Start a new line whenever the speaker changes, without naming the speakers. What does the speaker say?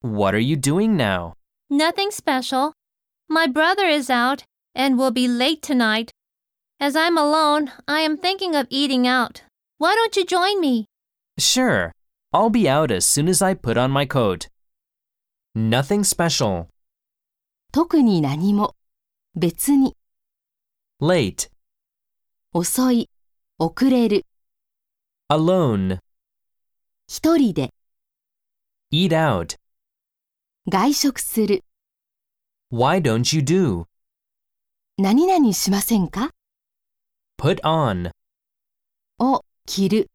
What are you doing now?
Nothing special. My brother is out and will be late tonight. As I'm alone, I am thinking of eating out. Why don't you join me?
Sure. I'll be out as soon as I put on my coat. Nothing special.
特に何も、別に、
Late.
遅い、遅れる、
Alone.
一人で、
Eat out.
外食する、
Why don't you do?
何々しませんか
Put on.
を着る。